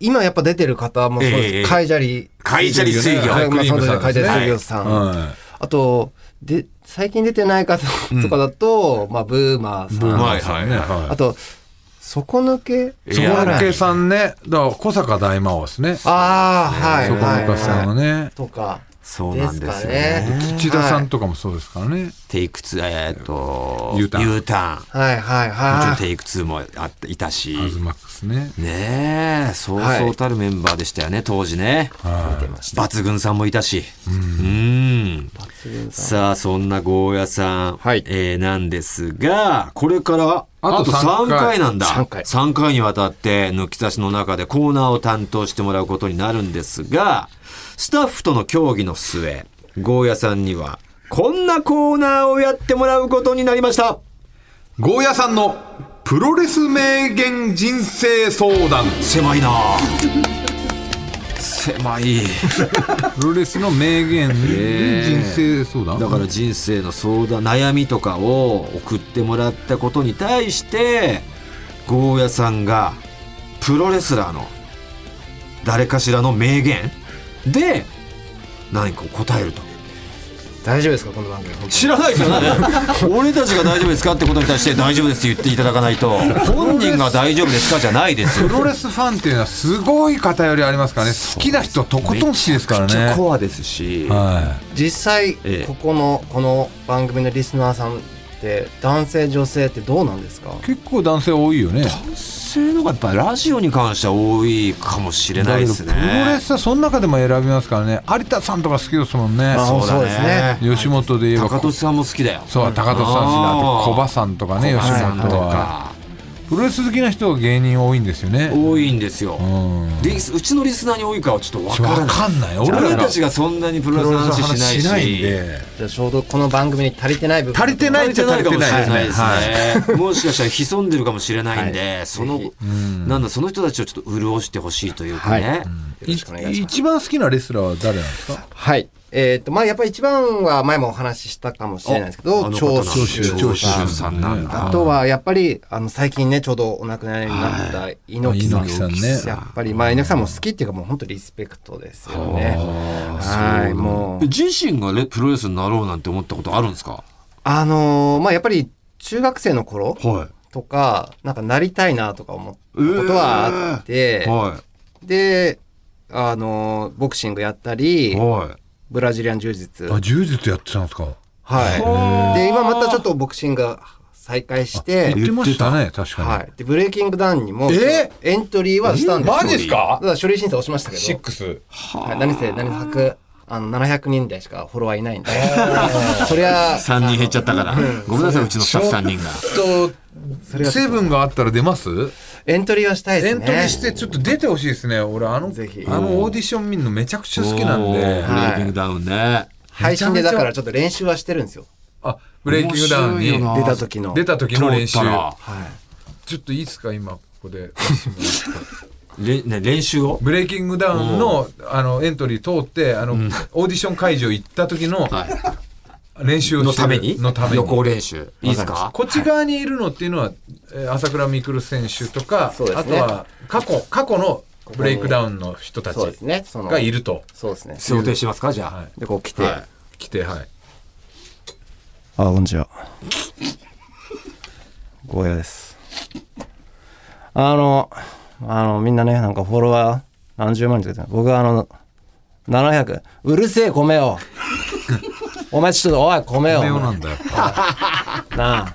[SPEAKER 6] 今やっぱ出てる方もそうです、
[SPEAKER 1] ええ
[SPEAKER 6] カイジャリ
[SPEAKER 1] カイジャリ水魚
[SPEAKER 6] はいまあ、その時はカイジャリ水
[SPEAKER 1] はい
[SPEAKER 6] 魚さん、
[SPEAKER 2] は
[SPEAKER 6] あとで最近出てない方とかだと、まあブーマーさ
[SPEAKER 1] うんまい
[SPEAKER 2] い。
[SPEAKER 1] はい
[SPEAKER 6] あと底抜け
[SPEAKER 1] い
[SPEAKER 2] そこ
[SPEAKER 1] や
[SPEAKER 2] のけさんね。だから小坂大魔王ですね。そこ
[SPEAKER 6] ああはい
[SPEAKER 2] のけさんは
[SPEAKER 6] はい
[SPEAKER 2] ね。
[SPEAKER 6] とか
[SPEAKER 1] そうなんですよね
[SPEAKER 6] ですかね
[SPEAKER 2] 土田さんとかもそうですからね。
[SPEAKER 1] テイク2、えーっと、
[SPEAKER 2] U ターン
[SPEAKER 1] U ターン。も
[SPEAKER 6] はいはい
[SPEAKER 1] ちろん
[SPEAKER 6] はい
[SPEAKER 1] テイク2もあっていたし。
[SPEAKER 2] アズマックスね。
[SPEAKER 1] ねえ、そう
[SPEAKER 6] はい
[SPEAKER 1] そうたるメンバーでしたよね、当時ね。
[SPEAKER 2] はい。
[SPEAKER 1] 抜群さんもいたし。うん。さあ、そんなゴーヤさん、
[SPEAKER 6] はい
[SPEAKER 1] えーなんですが、これから、
[SPEAKER 2] あと
[SPEAKER 1] あと3
[SPEAKER 2] 三回
[SPEAKER 1] 回なんだ。
[SPEAKER 6] 三回
[SPEAKER 1] 三回にわたって、抜き差しの中でコーナーを担当してもらうことになるんですが、スタッフとの協議の末、ゴーヤさんには、こんなコーナーをやってもらうことになりました。
[SPEAKER 2] ゴーヤさんのプロレス名言人生相談。
[SPEAKER 1] 狭いなあ狭い
[SPEAKER 2] プロレスの名言人生相談
[SPEAKER 1] だから人生の相談悩みとかを送ってもらったことに対してゴーヤさんがプロレスラーの誰かしらの名言で何かを答えると
[SPEAKER 6] 大丈夫ですかこの番組本当に
[SPEAKER 1] 知らないですよね 俺たちが大丈夫ですかってことに対して大丈夫ですって言っていただかないと本人が大丈夫ですかじゃないです
[SPEAKER 2] プ
[SPEAKER 1] よ
[SPEAKER 2] ロレスファンっていうのはすごい偏りありますからね好きな人とことん好きですから
[SPEAKER 1] めっちゃ
[SPEAKER 2] ね
[SPEAKER 1] コアですし、
[SPEAKER 2] は
[SPEAKER 6] 実際、
[SPEAKER 1] ええ
[SPEAKER 6] ここのこの番組のリスナーさんって男性女性ってどうなんですか
[SPEAKER 2] い結構男性多いよね
[SPEAKER 1] 男性の方がやっぱりラジオに関しては多いかもしれないですね
[SPEAKER 2] だけどプロレスはその中でも選びますからね有田さんとか好きですもんね
[SPEAKER 6] あ
[SPEAKER 1] そうだ
[SPEAKER 6] そう
[SPEAKER 1] ね
[SPEAKER 6] ですね
[SPEAKER 2] 吉本で言えば
[SPEAKER 1] 高俊さんも好きだよ
[SPEAKER 2] そう高利さんし
[SPEAKER 1] あ
[SPEAKER 2] あ
[SPEAKER 1] ー
[SPEAKER 2] とコバさんとかね吉
[SPEAKER 1] さんと
[SPEAKER 2] 本は
[SPEAKER 1] か
[SPEAKER 2] プロレス好きな人は芸人多いんですよね
[SPEAKER 1] 多いんですよ、
[SPEAKER 2] うん
[SPEAKER 1] リスうちのリスナーに多いかはちょっと分から
[SPEAKER 2] わ
[SPEAKER 1] ない
[SPEAKER 2] かんない
[SPEAKER 1] 俺
[SPEAKER 2] 俺ら
[SPEAKER 1] たちがそんなにプロ
[SPEAKER 2] プ
[SPEAKER 1] レス
[SPEAKER 2] ロ
[SPEAKER 1] の
[SPEAKER 2] レス
[SPEAKER 1] 話
[SPEAKER 2] の話
[SPEAKER 1] し
[SPEAKER 2] し
[SPEAKER 1] な
[SPEAKER 2] ないいん
[SPEAKER 1] し
[SPEAKER 2] で
[SPEAKER 6] じゃあちょうどこの番組に足りてない部分
[SPEAKER 2] 足りてな
[SPEAKER 1] 足
[SPEAKER 2] い
[SPEAKER 1] りてないかもしれないですね。
[SPEAKER 2] 足りてない
[SPEAKER 1] はいもしかしたら潜んでるかもしれないんで、その
[SPEAKER 6] ぜひ、
[SPEAKER 2] ん
[SPEAKER 1] なんだ、その人たちをちょっと潤してほしいというかね。
[SPEAKER 6] よろしくお願いします
[SPEAKER 2] 一番好きなレスラーは誰なんですか
[SPEAKER 6] はいえっとまあやっぱり一番は前もお話ししたかもしれないですけ
[SPEAKER 1] あ
[SPEAKER 6] ど
[SPEAKER 1] の
[SPEAKER 6] 長
[SPEAKER 1] 方
[SPEAKER 6] 州
[SPEAKER 1] 長州
[SPEAKER 6] さん
[SPEAKER 1] さんなんだ。
[SPEAKER 6] あとはやっぱりあの最近ねちょうどお亡くなりになった猪木さん,、
[SPEAKER 2] 猪木さんね
[SPEAKER 6] やっぱりまあ猪木さんも好きっていうかもう本当リスペクトですよねはいもう
[SPEAKER 1] 自身がねプロレスになろうなんて思ったことあるんですか
[SPEAKER 6] あのーまあやっぱり中学生の頃
[SPEAKER 1] は
[SPEAKER 6] とかなんかなりたいなとか思ったことはあって、
[SPEAKER 1] は
[SPEAKER 6] であのーボクシングやった
[SPEAKER 1] い。
[SPEAKER 6] り
[SPEAKER 1] は
[SPEAKER 6] ブラジリアン柔術
[SPEAKER 2] あ柔術やってたんですか
[SPEAKER 6] はいで今またちょっとボクシング再開して
[SPEAKER 2] 言ってましたね確かに、
[SPEAKER 6] はい、でブレイキングダウンにも
[SPEAKER 5] え
[SPEAKER 6] エントリーはしたんですよ
[SPEAKER 5] マジっすか
[SPEAKER 6] ただ書類審査押しましたけど
[SPEAKER 5] シックス。
[SPEAKER 6] はい、何せ何せあの700人台しかフォロワーいないんで そりゃ
[SPEAKER 1] い。三人減っちゃったから。ごめんなさい、うちのスタッフ三人が。
[SPEAKER 6] それは
[SPEAKER 2] セブンがあったら出ます
[SPEAKER 6] エントリーはしたいで
[SPEAKER 2] エ
[SPEAKER 6] す
[SPEAKER 2] ン
[SPEAKER 6] ね
[SPEAKER 2] トリーしてちょっと出てほしいですね俺あのあ
[SPEAKER 6] ぜひ
[SPEAKER 2] のオーディション見るのめちゃくちゃ好きなん
[SPEAKER 1] お
[SPEAKER 2] で
[SPEAKER 1] ーブレイキングダウンね。
[SPEAKER 6] 配信でだからちょっと練習はしてるんですよ
[SPEAKER 2] あブレイキングダウン
[SPEAKER 1] 面白いよな
[SPEAKER 2] に
[SPEAKER 6] 出た時の
[SPEAKER 2] 出た時の練習
[SPEAKER 1] 通ったら
[SPEAKER 6] はい
[SPEAKER 2] ちょっといいですか今ここで
[SPEAKER 1] れね練習を
[SPEAKER 2] ブレイキングダウンのあのエントリー通ってあの、オーディション会場行った時の
[SPEAKER 1] は
[SPEAKER 2] 練習
[SPEAKER 1] い。
[SPEAKER 2] を
[SPEAKER 1] の
[SPEAKER 2] して
[SPEAKER 1] ため
[SPEAKER 2] る
[SPEAKER 1] に
[SPEAKER 2] のために
[SPEAKER 1] 予行練習。いいですか
[SPEAKER 2] こっち側にいるのっていうのは、えー朝倉未来選手とか、
[SPEAKER 6] そうで
[SPEAKER 2] あ
[SPEAKER 6] す
[SPEAKER 2] と
[SPEAKER 6] ね
[SPEAKER 2] は過去過去のブレイクダウンの人たち
[SPEAKER 6] そうですねその
[SPEAKER 2] がいると
[SPEAKER 6] そうですね
[SPEAKER 1] 想定してますかじゃ
[SPEAKER 2] は
[SPEAKER 1] あ
[SPEAKER 2] い。
[SPEAKER 6] でこう来て、
[SPEAKER 1] はい
[SPEAKER 2] 来てはい
[SPEAKER 6] あ、こんにちは。ゴーヤです。あの、あの、みんなね、なんかフォロワー何十万人とか言ってた僕はあの、700、うるせえ米を。お前ちょっと、おい、米を。
[SPEAKER 2] 名誉
[SPEAKER 6] な
[SPEAKER 2] なんだよ
[SPEAKER 6] あ、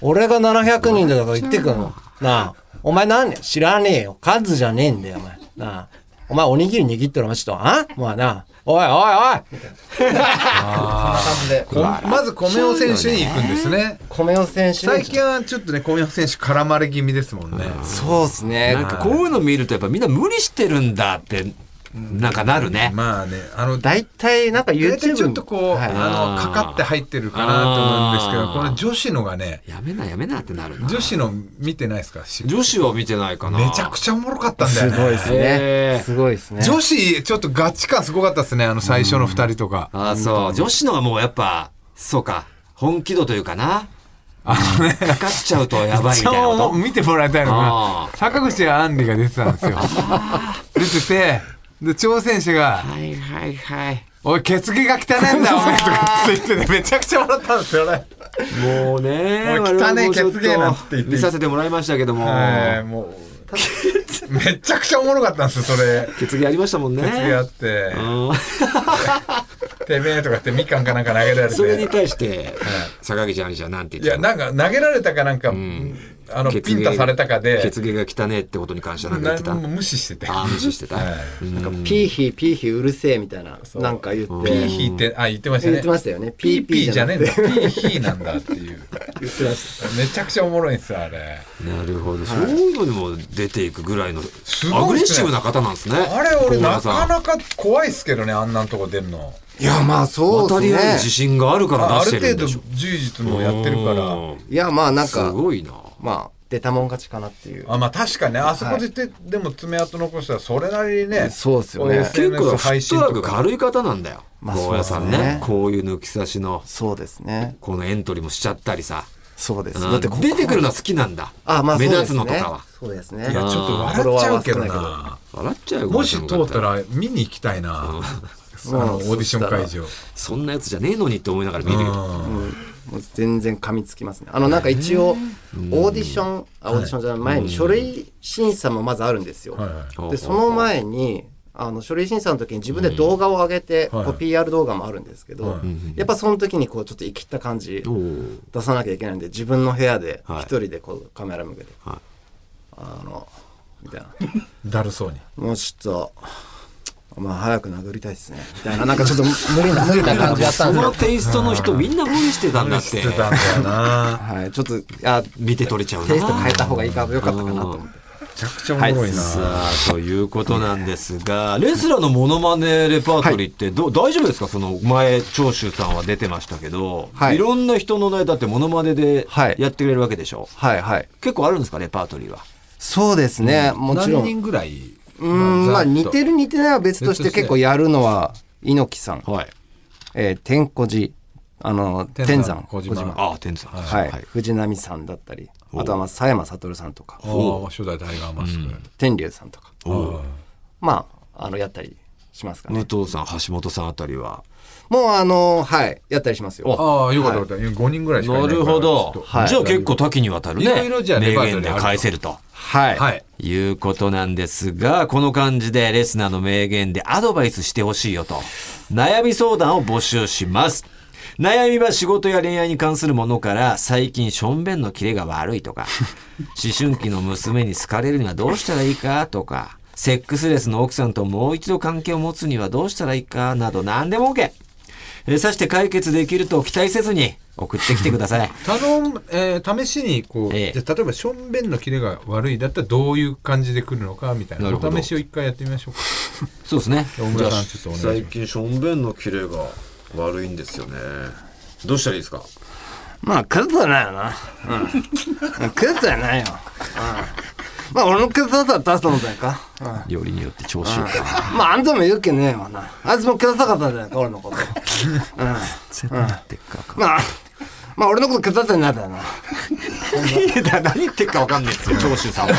[SPEAKER 6] 俺が700人だとか言ってくんの。なあ、お前何知らねえよ。数じゃねえんだよ、お前。なあ、お前おにぎり握ってるお前ちょっと、あもうな、おいおいおいみたいな。感じで
[SPEAKER 2] こんまず米尾選手に行くんですね
[SPEAKER 6] 米を選手
[SPEAKER 2] 最
[SPEAKER 6] に
[SPEAKER 2] 近はちょっとね米尾選手絡まれ気味ですもんね
[SPEAKER 6] そうですね。
[SPEAKER 1] なんかこういうの見るとやっぱみんな無理してるんだってなんかなるね。
[SPEAKER 2] まあねあの
[SPEAKER 6] 大体なんか
[SPEAKER 2] 大
[SPEAKER 6] YouTube
[SPEAKER 2] 体
[SPEAKER 6] に
[SPEAKER 2] ちょっとこう、
[SPEAKER 6] はい
[SPEAKER 2] あのかかって入ってるかなと思うんですけ
[SPEAKER 1] あ
[SPEAKER 2] ど
[SPEAKER 1] ー
[SPEAKER 2] この女子のがね
[SPEAKER 1] やめなやめなってなるな。
[SPEAKER 2] 女子の見てないですかし
[SPEAKER 1] 女子は見てないかな。
[SPEAKER 2] めちゃくちゃおもろかったんだよね
[SPEAKER 6] す
[SPEAKER 1] へー
[SPEAKER 6] すごいですね
[SPEAKER 2] 女子ちょっとガチ感すごかったですねあの最初の2人とか、
[SPEAKER 1] ゃ。あそう。女子のがもうやっぱ、そうか。本気度というかな。かかっちゃうとやばいみたいなこと。
[SPEAKER 2] 見てもらいたいの
[SPEAKER 1] あ
[SPEAKER 2] が坂口あんりが出てたんですよ出ててで挑戦者が
[SPEAKER 1] はいはいはい。
[SPEAKER 2] 「おい血毛が汚いんだお前」とかって言っててめちゃくちゃ笑ったんですよね
[SPEAKER 1] もうね。
[SPEAKER 2] もう汚ね
[SPEAKER 1] 我々
[SPEAKER 2] え
[SPEAKER 1] もちょっと
[SPEAKER 2] 血芸なんつって言って
[SPEAKER 1] 見させてもらいましたけども。
[SPEAKER 2] はいもうめちゃくちゃおもろかったんですよそれ
[SPEAKER 1] 血芸ありましたもんね。
[SPEAKER 2] 血毛あって
[SPEAKER 1] うん
[SPEAKER 2] 「てめえ」とかってみかんかなんか投げられ
[SPEAKER 1] それに
[SPEAKER 2] て
[SPEAKER 1] 対して、坂口兄ちゃんなんて
[SPEAKER 2] い
[SPEAKER 1] 言っ
[SPEAKER 2] や
[SPEAKER 1] てた
[SPEAKER 2] なんか投げられたかなんか、あの
[SPEAKER 1] 血
[SPEAKER 2] ピ
[SPEAKER 1] 芸
[SPEAKER 2] ンタされたかで
[SPEAKER 1] 血芸が汚ねえってことに関しては何か言ってた
[SPEAKER 2] 何も無視してて
[SPEAKER 1] ああ、無視してた。
[SPEAKER 2] はい
[SPEAKER 1] うん
[SPEAKER 6] なんかピーヒーピーヒーうるせえみたいな
[SPEAKER 2] う
[SPEAKER 6] なんか言って
[SPEAKER 2] ピーヒーって、あ、言ってましたね。
[SPEAKER 6] 言ってましたよね
[SPEAKER 2] ピーピーじゃねえんだ。
[SPEAKER 6] ピ
[SPEAKER 2] ピーヒーなんだっていう。
[SPEAKER 6] 言ってまし
[SPEAKER 2] めちゃくちゃおもろいんですよ、あれ。
[SPEAKER 1] なるほど、そういうのにも出ていくぐらいの
[SPEAKER 2] すごいっすね
[SPEAKER 1] アグレッシブな方なんですね。
[SPEAKER 2] あれ、俺、
[SPEAKER 1] 小倉
[SPEAKER 2] な
[SPEAKER 1] さ
[SPEAKER 2] か
[SPEAKER 1] ん
[SPEAKER 2] なか怖いっすけどね、あんなんとこ出るの。
[SPEAKER 6] たいやまあそう
[SPEAKER 1] 渡り合いに自
[SPEAKER 6] ですね
[SPEAKER 1] 信があるから
[SPEAKER 2] ああ
[SPEAKER 1] 出し
[SPEAKER 2] る
[SPEAKER 1] てるん
[SPEAKER 2] 程度
[SPEAKER 1] でしょ。、
[SPEAKER 2] 柔術もやってるから。
[SPEAKER 1] う
[SPEAKER 6] いやまあなん
[SPEAKER 1] んす
[SPEAKER 6] か
[SPEAKER 1] ごいな。
[SPEAKER 6] まあ出たもん勝ちかなっていう
[SPEAKER 2] あまあ確かね、あそこでて、でも爪痕残したらそれなりにね、
[SPEAKER 6] そうっすよね
[SPEAKER 2] こう
[SPEAKER 1] 結
[SPEAKER 2] SNS
[SPEAKER 1] 構フ
[SPEAKER 2] 配
[SPEAKER 1] ット
[SPEAKER 2] 信
[SPEAKER 1] ワー
[SPEAKER 2] と
[SPEAKER 1] ク
[SPEAKER 2] か。
[SPEAKER 1] 軽い方なんだよ。
[SPEAKER 6] まあ
[SPEAKER 1] ゴーヤさん
[SPEAKER 6] そうです
[SPEAKER 1] ね
[SPEAKER 6] ね。
[SPEAKER 1] こういう抜き差しの、
[SPEAKER 6] そうですね
[SPEAKER 1] このエントリーもしちゃったりさ。
[SPEAKER 6] そうです
[SPEAKER 1] うん
[SPEAKER 6] だってここ
[SPEAKER 1] 出てくるのは好きなんだ。
[SPEAKER 6] あまあそう
[SPEAKER 1] 目
[SPEAKER 6] です
[SPEAKER 1] 立つ
[SPEAKER 6] ね
[SPEAKER 1] のとかは。
[SPEAKER 6] そうです
[SPEAKER 2] いや、ち
[SPEAKER 6] ね
[SPEAKER 2] ょっと笑っちゃうけどな。
[SPEAKER 1] 笑っちゃうよ
[SPEAKER 2] もし通った
[SPEAKER 1] ゴーヤさんの方
[SPEAKER 2] ら見に行きたいな。あのオーディション会場。
[SPEAKER 1] そんなやつじゃねえのにって思いながら見てる。
[SPEAKER 2] うん
[SPEAKER 7] うんもう全然噛みつきますねあのなんか一応オーディションあオーディションじゃない前に書類審査もまずあるんですよ、
[SPEAKER 2] はいはい
[SPEAKER 1] ほうほう
[SPEAKER 7] でその前にあの書類審査の時に自分で動画を上げて、
[SPEAKER 2] うんはい
[SPEAKER 7] こう PR 動画もあるんですけど、
[SPEAKER 2] はい
[SPEAKER 7] やっぱその時にこうちょっと生きった感じ
[SPEAKER 1] おー
[SPEAKER 7] 出さなきゃいけないんで自分の部屋で
[SPEAKER 1] はい
[SPEAKER 7] 一人でこうカメラ向けて、
[SPEAKER 1] はい
[SPEAKER 7] あのみたいな
[SPEAKER 2] だるそうに。
[SPEAKER 7] もうちょっとまあ早く殴りたいですねみたいななんかちょっと無理な無理な感じやった
[SPEAKER 1] そ
[SPEAKER 7] んで
[SPEAKER 1] のテイストの人みんな無理してたんだっ
[SPEAKER 2] してて。たんだよな。
[SPEAKER 7] はいちょっとあ
[SPEAKER 1] 見て取れちゃうな。
[SPEAKER 7] テイスト変えた方がいいかよかったかなと思って。
[SPEAKER 2] めちゃくちゃおもろいな。
[SPEAKER 1] さあ、ということなんですが、レスラーのモノマネレパートリーってど、う大丈夫ですかその前、長州さんは出てましたけど、、
[SPEAKER 7] はいい
[SPEAKER 1] ろんな人のね、だってモノマネで
[SPEAKER 7] はい
[SPEAKER 1] やってくれるわけでしょ、
[SPEAKER 7] はいはい。
[SPEAKER 1] 結構あるんですかレパートリーは。
[SPEAKER 7] そうですね、もちろ
[SPEAKER 2] 何
[SPEAKER 7] ん。
[SPEAKER 2] 人ぐらい。
[SPEAKER 7] うーん、まあ似て
[SPEAKER 2] る。
[SPEAKER 7] る似てないは別として
[SPEAKER 2] 別として
[SPEAKER 7] 結構やるのは、猪木さん、
[SPEAKER 1] はい。
[SPEAKER 7] えー天小寺、あの、天
[SPEAKER 2] 天山
[SPEAKER 7] 山、
[SPEAKER 2] 小島
[SPEAKER 7] は
[SPEAKER 1] ああ、天さん。
[SPEAKER 7] い、藤波さんだったり、あとはまあ佐山悟さんとか、
[SPEAKER 2] おお、初代タイガーマスク。
[SPEAKER 7] 天竜さんとか、
[SPEAKER 1] おう
[SPEAKER 7] まあ、あの、やったりしますか
[SPEAKER 1] 武
[SPEAKER 7] ね。
[SPEAKER 1] 藤さん、橋本さんあたりは。
[SPEAKER 7] もうあの、はい、やったりしますよ。
[SPEAKER 2] ああ、よかったよかった。5人ぐらいしか
[SPEAKER 1] ない
[SPEAKER 2] いから
[SPEAKER 1] るほど。
[SPEAKER 2] ちょっと
[SPEAKER 7] はい
[SPEAKER 1] じゃあ結構多岐にわたるね。
[SPEAKER 2] いろいろじゃあレパ
[SPEAKER 1] 名
[SPEAKER 2] ートリーあ
[SPEAKER 1] 言
[SPEAKER 2] ると
[SPEAKER 1] で返せると。
[SPEAKER 7] はい。
[SPEAKER 2] はい。
[SPEAKER 1] いうことなんですが、この感じでレスナーの名言でアドバイスしてほしいよと、悩み相談を募集します。悩みは仕事や恋愛に関するものから、最近しょんべんのキレが悪いと か、思春期の娘に好かれるにはどうしたらいいかとか、セックスレスの奥さんともう一度関係を持つにはどうしたらいいかなど何でも OK。えーさして解決できると期待せずに送ってきてください。
[SPEAKER 2] 頼む、えー試しに、こう、
[SPEAKER 1] ええ
[SPEAKER 2] じゃあ例えば、しょんべんのキレが悪いだったら、どういう感じで来るのか、みたいな。
[SPEAKER 1] なるほど
[SPEAKER 2] お試しを一回やってみましょうか。
[SPEAKER 1] そうですね。
[SPEAKER 2] 大村さん、ちょっとお願いします。
[SPEAKER 1] 近しょんべんのキレが悪いんですよねどうしたらいいですか
[SPEAKER 6] まあ、クズだよな。うん。クズじゃないよ。うん。まあ、俺のクズさ出すもんだよか。うん。
[SPEAKER 1] よりによって長州か
[SPEAKER 6] まあ、あんたも言うけねえわな。あいつもクズさかったんだよか、俺のこと。
[SPEAKER 1] 絶対なってっかか
[SPEAKER 6] まあ、まあ、俺のことクズさになったよな。
[SPEAKER 1] 何言ってっかわかんないですよ長州さんは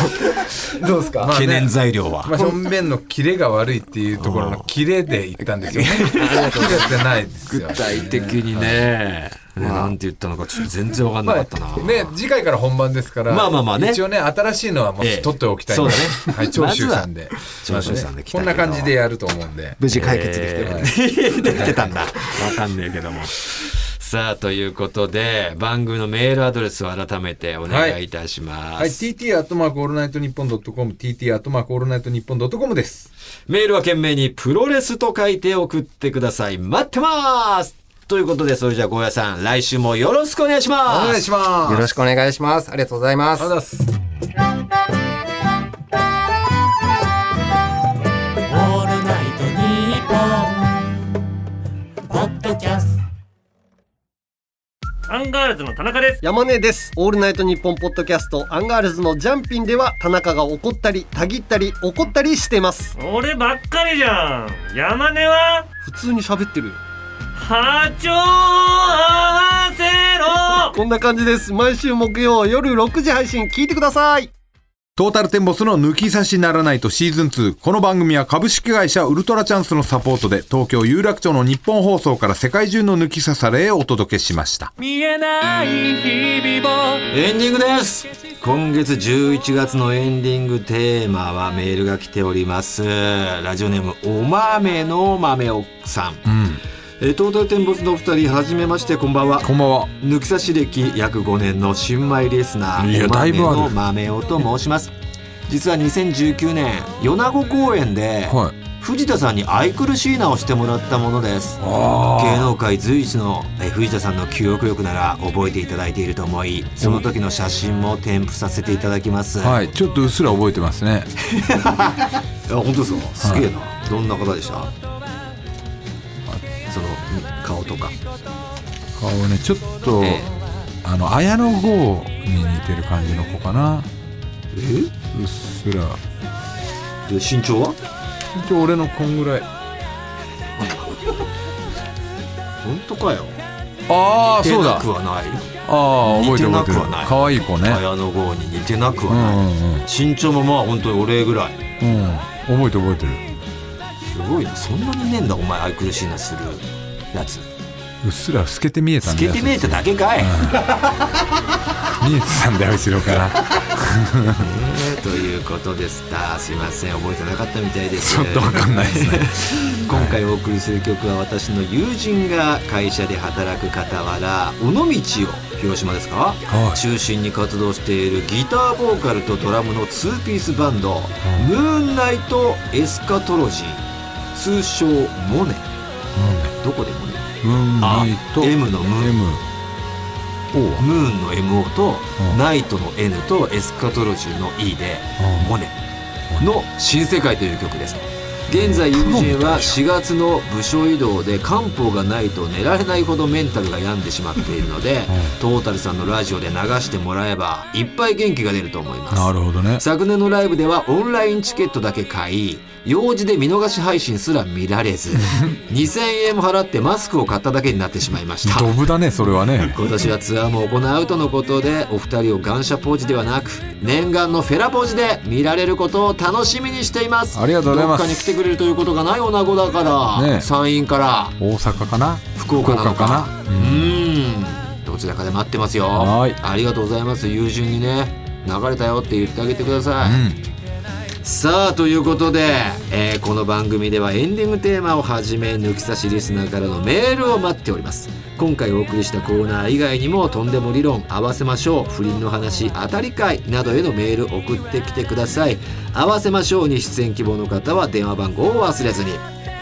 [SPEAKER 6] どうですか
[SPEAKER 2] まあね
[SPEAKER 1] 懸念材料は
[SPEAKER 2] まあ、しょんべんのキレが悪いっていうところのキレで言ったんで すよね。キレってないですよ。
[SPEAKER 1] 具体的にねねなんて言ったのかちょっと全然わかんなかったな、
[SPEAKER 2] まあね、次回から本番ですから、
[SPEAKER 1] まあまあまあね
[SPEAKER 2] 一応ね、新しいのはもう
[SPEAKER 1] ええ
[SPEAKER 2] 取っておきたいんで、
[SPEAKER 1] そうだね
[SPEAKER 2] はい、長州さんで。
[SPEAKER 1] 長州さんで来た
[SPEAKER 2] こ
[SPEAKER 1] け
[SPEAKER 2] ん
[SPEAKER 1] ど
[SPEAKER 2] な感じでやると思うんで。
[SPEAKER 7] 無事解決できてる。
[SPEAKER 1] えー できてたんだ。わかんねえけども。さあ、ということで、番組のメールアドレスを改めてお願いいたします。
[SPEAKER 2] はい、tt アットマークオールナイトニッポンドットコム、tt アットマークオールナイトニッポンドットコムです。
[SPEAKER 1] メールは懸命にプロレスと書いて送ってください。待ってますということで、それじゃあ、ゴーヤさん、来週もよろしくお願いし
[SPEAKER 2] お
[SPEAKER 1] ます
[SPEAKER 2] 願いします。
[SPEAKER 7] よろしくお願いします。ありがとうございます
[SPEAKER 2] あり。がとうございます。
[SPEAKER 8] アンガールズの田中です。
[SPEAKER 9] 山根です。オールナイトニッポンポッドキャストアンガールズのジャンピンでは田中が怒ったり、たぎったり、怒ったりしてます。
[SPEAKER 8] 俺ばっかりじゃん。山根は、
[SPEAKER 9] 普通に喋ってるよ。
[SPEAKER 8] 波長を合わせろ
[SPEAKER 9] こんな感じです。毎週木曜夜6時配信聞いてください。
[SPEAKER 2] トータルテンボスの抜き差しならないとシーズン2。この番組は株式会社ウルトラチャンスのサポートで東京有楽町の日本放送から世界中の抜き差されへお届けしました。
[SPEAKER 8] 見えない日々を
[SPEAKER 1] エンディングです今月11月のエンディングテーマはメールが来ております。ラジオネーム、お豆の豆おっさん。えー、トータルテンボスのお二人、はじめまして、こんばんは。
[SPEAKER 2] こんばんは。
[SPEAKER 1] 抜き差し歴約5年の新米リスナ
[SPEAKER 2] い
[SPEAKER 1] ー
[SPEAKER 2] や
[SPEAKER 1] お豆
[SPEAKER 2] だいぶある
[SPEAKER 1] の豆尾と申します実は2019年米子公演で
[SPEAKER 2] はい。
[SPEAKER 1] 藤田さんに愛くるしいなをしてもらったものです芸能界随一のえー藤田さんの記憶力なら覚えていただいていると思いその時の写真も添付させていただきます、
[SPEAKER 2] はい。ちょっとうっすら覚えてますね。
[SPEAKER 1] いや本当ですかすげえな、どんな方でしたあその顔とか
[SPEAKER 2] 顔ね、ちょっと、
[SPEAKER 1] え
[SPEAKER 2] あの、綾野剛に似てる感じの子かな。
[SPEAKER 1] え
[SPEAKER 2] うっすら。
[SPEAKER 1] で身長は
[SPEAKER 2] 一応俺のこんぐらい。
[SPEAKER 1] 本当かよ
[SPEAKER 2] ああ、そう
[SPEAKER 1] 似
[SPEAKER 2] だ
[SPEAKER 1] て。なくはない
[SPEAKER 2] ああ、覚えて
[SPEAKER 1] 似
[SPEAKER 2] る覚えて
[SPEAKER 1] てな
[SPEAKER 2] る
[SPEAKER 1] くはない。
[SPEAKER 2] 可愛い子ね。
[SPEAKER 1] 綾野剛に似てなく
[SPEAKER 2] う
[SPEAKER 1] は
[SPEAKER 2] ん
[SPEAKER 1] ない、
[SPEAKER 2] うんうん。うん。
[SPEAKER 1] 身長もまあ本当にお礼ぐらい
[SPEAKER 2] 覚えてる覚えてる。
[SPEAKER 1] すごいなそんなにねえんだお前愛くるしいなするやつ
[SPEAKER 2] うっすら透けて見えた
[SPEAKER 1] 透
[SPEAKER 2] んだ
[SPEAKER 1] け
[SPEAKER 2] よ
[SPEAKER 1] て見えただけかい、
[SPEAKER 2] 見えてたんだよ後ろから
[SPEAKER 1] えーということでしたすいません覚えてなかったみたいです
[SPEAKER 2] ちょっとわかんない ですね
[SPEAKER 1] 今回お送りする曲は私の友人が会社で働く傍ら尾道を広島ですか、
[SPEAKER 2] はい
[SPEAKER 1] 中心に活動しているギターボーカルとドラムのツーピースバンド、ムーンナイト・エスカトロジー通称モネどこでモネ
[SPEAKER 2] ムーンナイト
[SPEAKER 1] あ M のムーン
[SPEAKER 2] M O は
[SPEAKER 1] ムーンの MO と、
[SPEAKER 2] うん
[SPEAKER 1] ナイトの N とエスカトロジーの E で、
[SPEAKER 2] うん
[SPEAKER 1] モネの「新世界」という曲です現在友人は4月の部署移動で漢方がないと寝られないほどメンタルが病んでしまっているので、トータルさんのラジオで流してもらえばいっぱい元気が出ると思います
[SPEAKER 2] なるほどね
[SPEAKER 1] 昨年のライブではオンラインチケットだけ買い用事で見逃し配信すら見られず2000円も払ってマスクを買っただけになってしまいました
[SPEAKER 2] ドブだねそれはね
[SPEAKER 1] 今年はツアーも行うとのことでお二人を感謝ポージではなく念願のフェラポージで見られることを楽しみにしています
[SPEAKER 2] ありがとうございます
[SPEAKER 1] どっかに来てくれるということがない女子だから、
[SPEAKER 2] ねえ
[SPEAKER 1] 山陰から
[SPEAKER 2] 大阪かな
[SPEAKER 1] 福岡なのかな
[SPEAKER 2] う
[SPEAKER 1] うんーんどちらかで待ってますよ
[SPEAKER 2] はい
[SPEAKER 1] ありがとうございます友人にね流れたよって言ってあげてください、さあということで、えーこの番組ではエンディングテーマをはじめ抜き差しリスナーからのメールを待っております今回お送りしたコーナー以外にもとんでも理論合わせましょう不倫の話当たり会などへのメール送ってきてください合わせましょうに出演希望の方は電話番号を忘れずに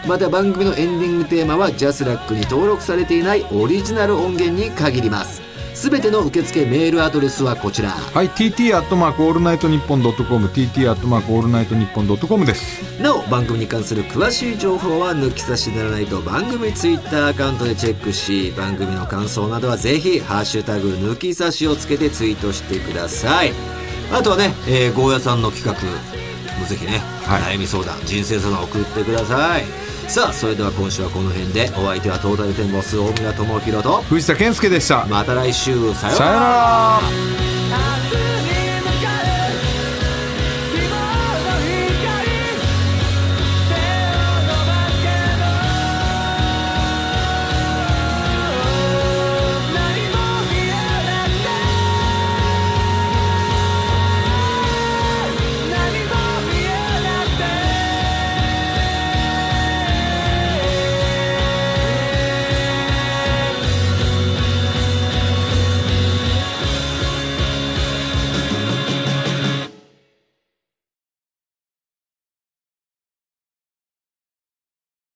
[SPEAKER 1] また番組のエンディングテーマはジャスラックに登録されていないオリジナル音源に限りますすべての受付メールアドレスはこちら
[SPEAKER 2] はい TT アットマークオールナイトニッポンドットコム TT アットマークオールナイトニッポンドットコムです
[SPEAKER 1] なお番組に関する詳しい情報は抜き差しならないと番組ツイッターアカウントでチェックし番組の感想などはぜひハッシュタグ抜き差し」をつけてツイートしてくださいあとはね、えー、ゴーヤさんの企画もぜひね、
[SPEAKER 2] はい
[SPEAKER 1] 悩み相談人生相談送ってくださいさあそれでは今週はこの辺でお相手はトータルテンボス大村智広と
[SPEAKER 2] 藤田健介でした
[SPEAKER 1] また来週さよう
[SPEAKER 2] さよ
[SPEAKER 1] な
[SPEAKER 2] な
[SPEAKER 1] ら
[SPEAKER 2] ら